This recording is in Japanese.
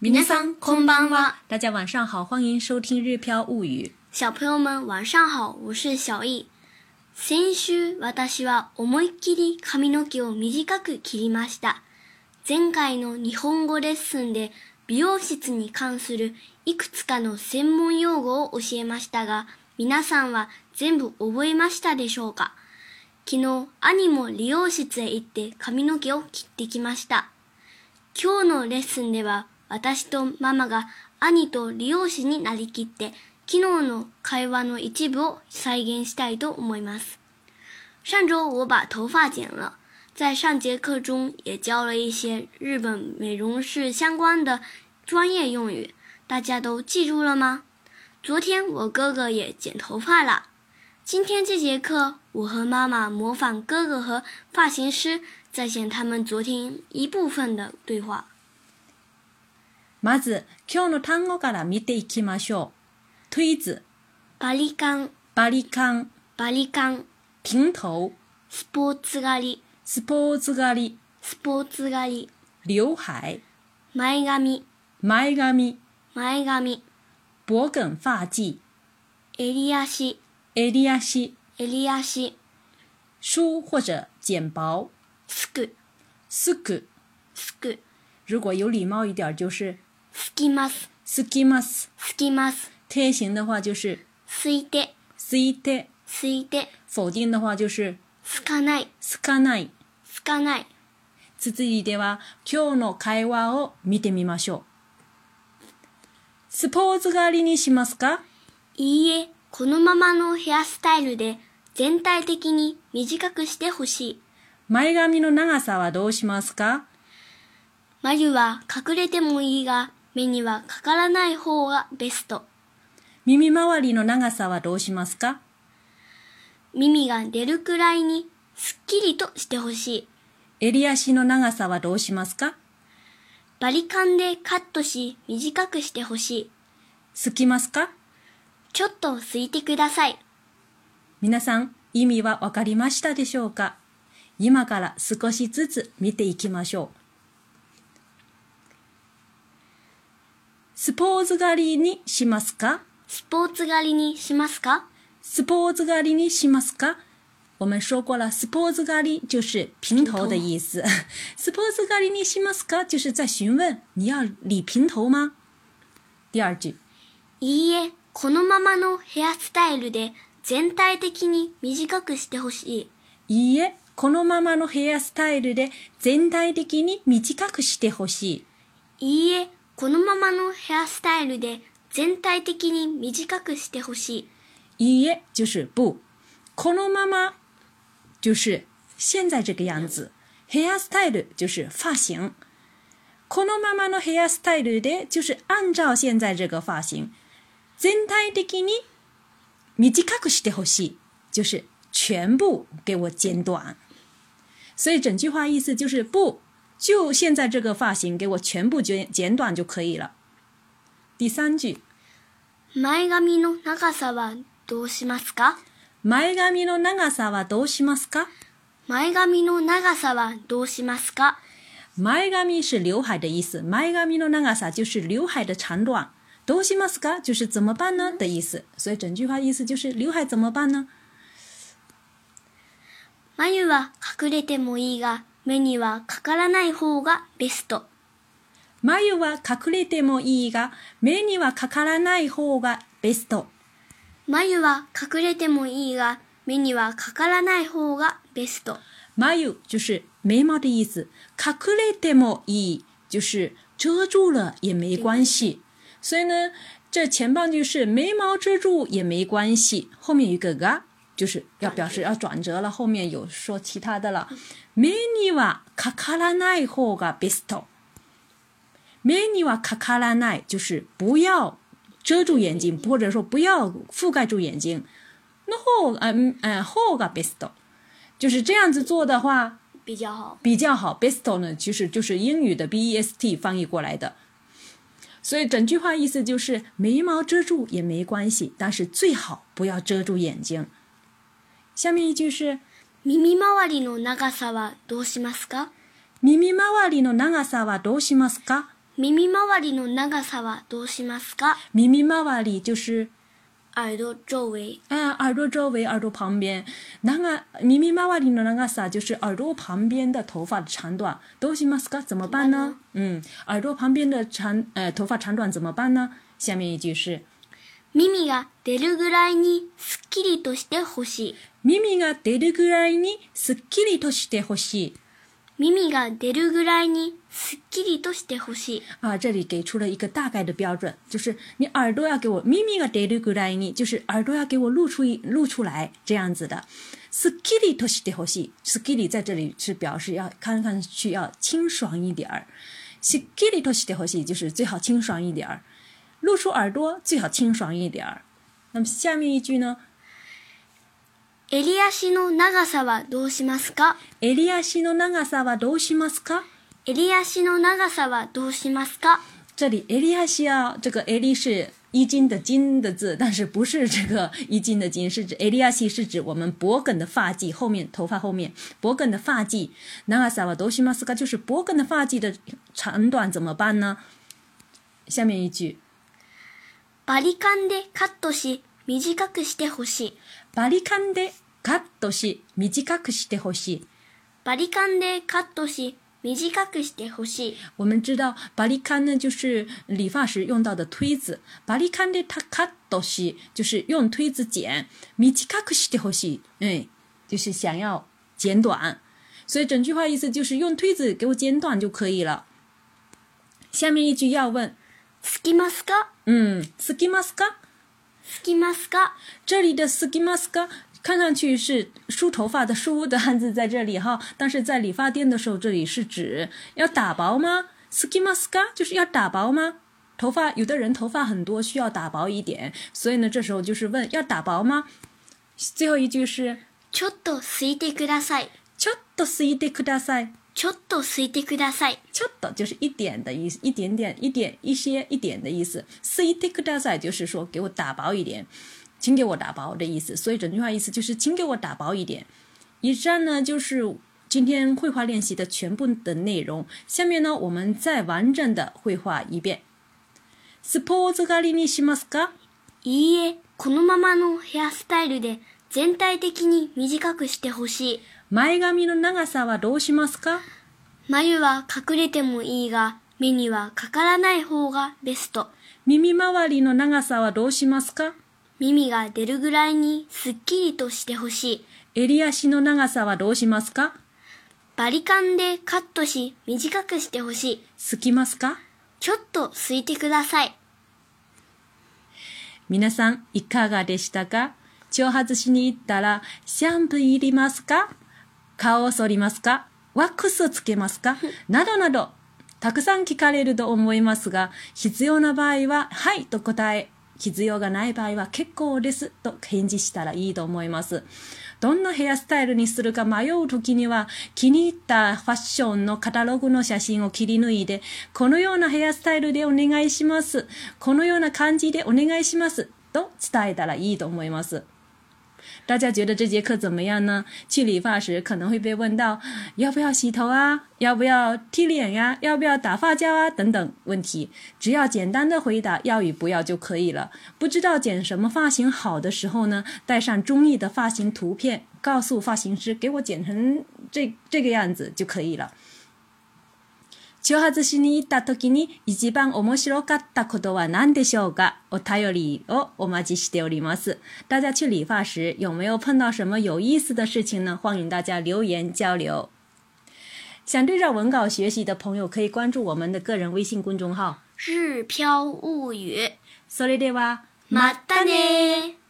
皆さんこんばんは。大家晚上好，欢迎收听《日飘物语小朋友们晚上好，我是小易。先週私は思いっきり髪の毛を短く切りました。前回の日本語レッスンで美容室に関するいくつかの専門用語を教えましたが、皆さんは全部覚えましたでしょうか昨日、兄も理容室へ行って髪の毛を切ってきました。今日のレッスンでは私とママが兄と理容師になりきって昨日の会話の一部を再現したいと思います。上周我把头发剪了，在上节课中也教了一些日本美容室相关的专业用语，大家都记住了吗？昨天我哥哥也剪头发了。今天这节课，我和妈妈模仿哥哥和发型师再现他们昨天一部分的对话。》。まず、今日の単語から見ていきましょう。推子、バリカン、バリカン、バリカン、平头、スポーツ狩り、スポーツ狩り、スポーツ狩り、刘海、前髪、前髪、前髪、脖梗发髻、襟足、襟足、襟足、梳或者剪薄、すく、すく。すく、如果有礼貌一点，就是すきます、すきます。すきます、贴形的话就是すいて、すいて、すいて、否定的话就是すかない、すかない。すかない。続いては今日の会話を見てみましょう。スポーツ狩りにしますかいいえ、このままのヘアスタイルで全体的に短くしてほしい。前髪の長さはどうしますか眉は隠れてもいいが、目にはかからない方がベスト。耳周りの長さはどうしますか耳が出るくらいにすっきりとしてほしい。襟足の長さはどうしますかバリカンでカットし短くしてほしい。すきますかちょっとすいてください。皆さん、意味はわかりましたでしょうか今から少しずつ見ていきましょう。スポーツ狩りにしますかスポーツ狩りにしますかスポーツ狩りにしますか我们说过了，スポーツ狩り就是平头的意思。スポーツ狩りにしますか就是在询问你要理平头吗？第二句，いいえ、このままのヘアスタイルで全体的に短くしてほしい。いいえ、このままのヘアスタイルで全体的に短くしてほしい。いいえ、このままのヘアスタイルで全体的に短くしてほしい。いいえ就是不，このまま就是现在这个样子，hair style 就是发型，このままの hair style で就是按照现在这个发型，全体的に短くしてほしい，就是全部给我剪短。所以整句话意思就是不，就现在这个发型给我全部剪剪短就可以了。第三句。前髪の長さはどうしますか前髪の長さはどうしますか前髪の長さはどうしますか前髪是刘海的意思，前髪の長さ就是刘海的长短。どうしますか就是怎么办呢的意思，所以整句话意思就是刘海怎么办呢？眉は隠れてもいいが、目にはかからない方がベスト。眉は隠れてもいいが、目にはかからない方がベスト。眉は隠れてもいいが、目にはかからない方がベスト。眉就是眉毛的意思，隠れてもいい就是遮住了也没关系。所以呢，这前半句是眉毛遮住也没关系，后面有一个が，就是要表示要转折了。后面有说其他的了。目にはかからない方がベスト。目にはかからない就是不要遮住眼睛，或者说不要覆盖住眼睛。那后嗯嗯后がベスト。就是这样子做的话比较好。比较好。Besto 呢，其实就是英语的 B E S T 翻译过来的。所以整句话意思就是眉毛遮住也没关系，但是最好不要遮住眼睛。下面一句是耳周りの長さはどうしますか耳周りの長さはどうしますか？耳周りの長さはどうしますか咪咪妈妈里就是耳朵周围。哎耳朵周围、耳朵旁边，那个咪咪妈妈里的那个啥，就是耳朵旁边的头发的长短，都行吗？斯卡怎么办呢？嗯，耳朵旁边的长呃头发长短怎么办呢？下面一句是耳が出るぐらいにすっきりとしてほしい。耳が出るぐらいにすっきりとしてほしい。耳が出るぐらいにすっきりとしてほしい。啊，这里给出了一个大概的标准，就是你耳朵要给我咪咪が出るぐらいに，就是耳朵要给我露出一露出来这样子的。s k i l l y としてほしい s k i l l y 在这里是表示要看上去要清爽一点儿 s k i l l y としてほしい就是最好清爽一点儿，露出耳朵最好清爽一点儿。那么下面一句呢？襟足の長さはどうしますか襟足の長さはどうしますか？襟足の長さはどうしますか这里 a 利 i 西啊，这个 a 利是一斤的斤的字，但是不是这个一斤的斤，是指 a 利 i 西是指我们脖梗的发髻后面，头发后面脖梗的发髻。那萨瓦多西马斯卡就是脖梗的发髻的长短怎么办呢？下面一句，バリカンでカットし、短くしてほしい。バリカンでカットし短くしてほしい。バリカンでカットし、短くしてほしい。我们知道巴利康呢，就是理发时用到的推子。巴利康的他卡多西就是用推子剪，米奇卡克西的后西，嗯，就是想要剪短。所以整句话意思就是用推子给我剪短就可以了。下面一句要问，好きますか嗯，斯基马斯卡，好きますか这里的斯基马斯卡看上去是梳头发的梳的汉字在这里哈，但是在理发店的时候，这里是指要打薄吗？s k i m a s k a 就是要打薄吗？头发有的人头发很多，需要打薄一点，所以呢，这时候就是问要打薄吗？最后一句是ちょっとすいてください。ちょっとすいてください。ちょっとすいてください。ちょっと就是一点的意思，一点点、一点、一些、一点的意思。すいてください就是说给我打薄一点，请给我打薄的意思。所以整句话意思就是请给我打薄一点。以上呢就是今天绘画练习的全部的内容。下面呢我们再完整的绘画一遍。スポーツ狩りにしますか？いいえ、このままのヘアスタイルで全体的に短くしてほしい。前髪の長さはどうしますか？眉は隠れてもいいが、目にはかからない方がベスト。耳周りの長さはどうしますか？耳が出るぐらいにすっきりとしてほしい。襟足の長さはどうしますか？バリカンでカットし、短くしてほしい。すきますか？ちょっとすいてください。皆さんいかがでしたか挑発しに行ったらシャンプーいりますか顔を剃りますかワックスをつけますかなどなどたくさん聞かれると思いますが必要な場合は「はい」と答え必要がない場合は「結構です」と返事したらいいと思いますどんなヘアスタイルにするか迷う時には気に入ったファッションのカタログの写真を切り抜いてこのようなヘアスタイルでお願いしますこのような感じでお願いしますと伝えたらいいと思います大家觉得这节课怎么样呢？去理发时可能会被问到要不要洗头啊，要不要剃脸呀、要不要打发胶啊等等问题，只要简单的回答要与不要就可以了。不知道剪什么发型好的时候呢，带上中意的发型图片，告诉发型师给我剪成这这个样子就可以了。挑発しに行った時に一番面白かったことは何でしょうかお便りをお待ちしております。大家去理发时有没有碰到什么有意思的事情呢？欢迎大家留言交流。想对照文稿学习的朋友可以关注我们的个人微信公众号。日飘物语。それでは、またねー。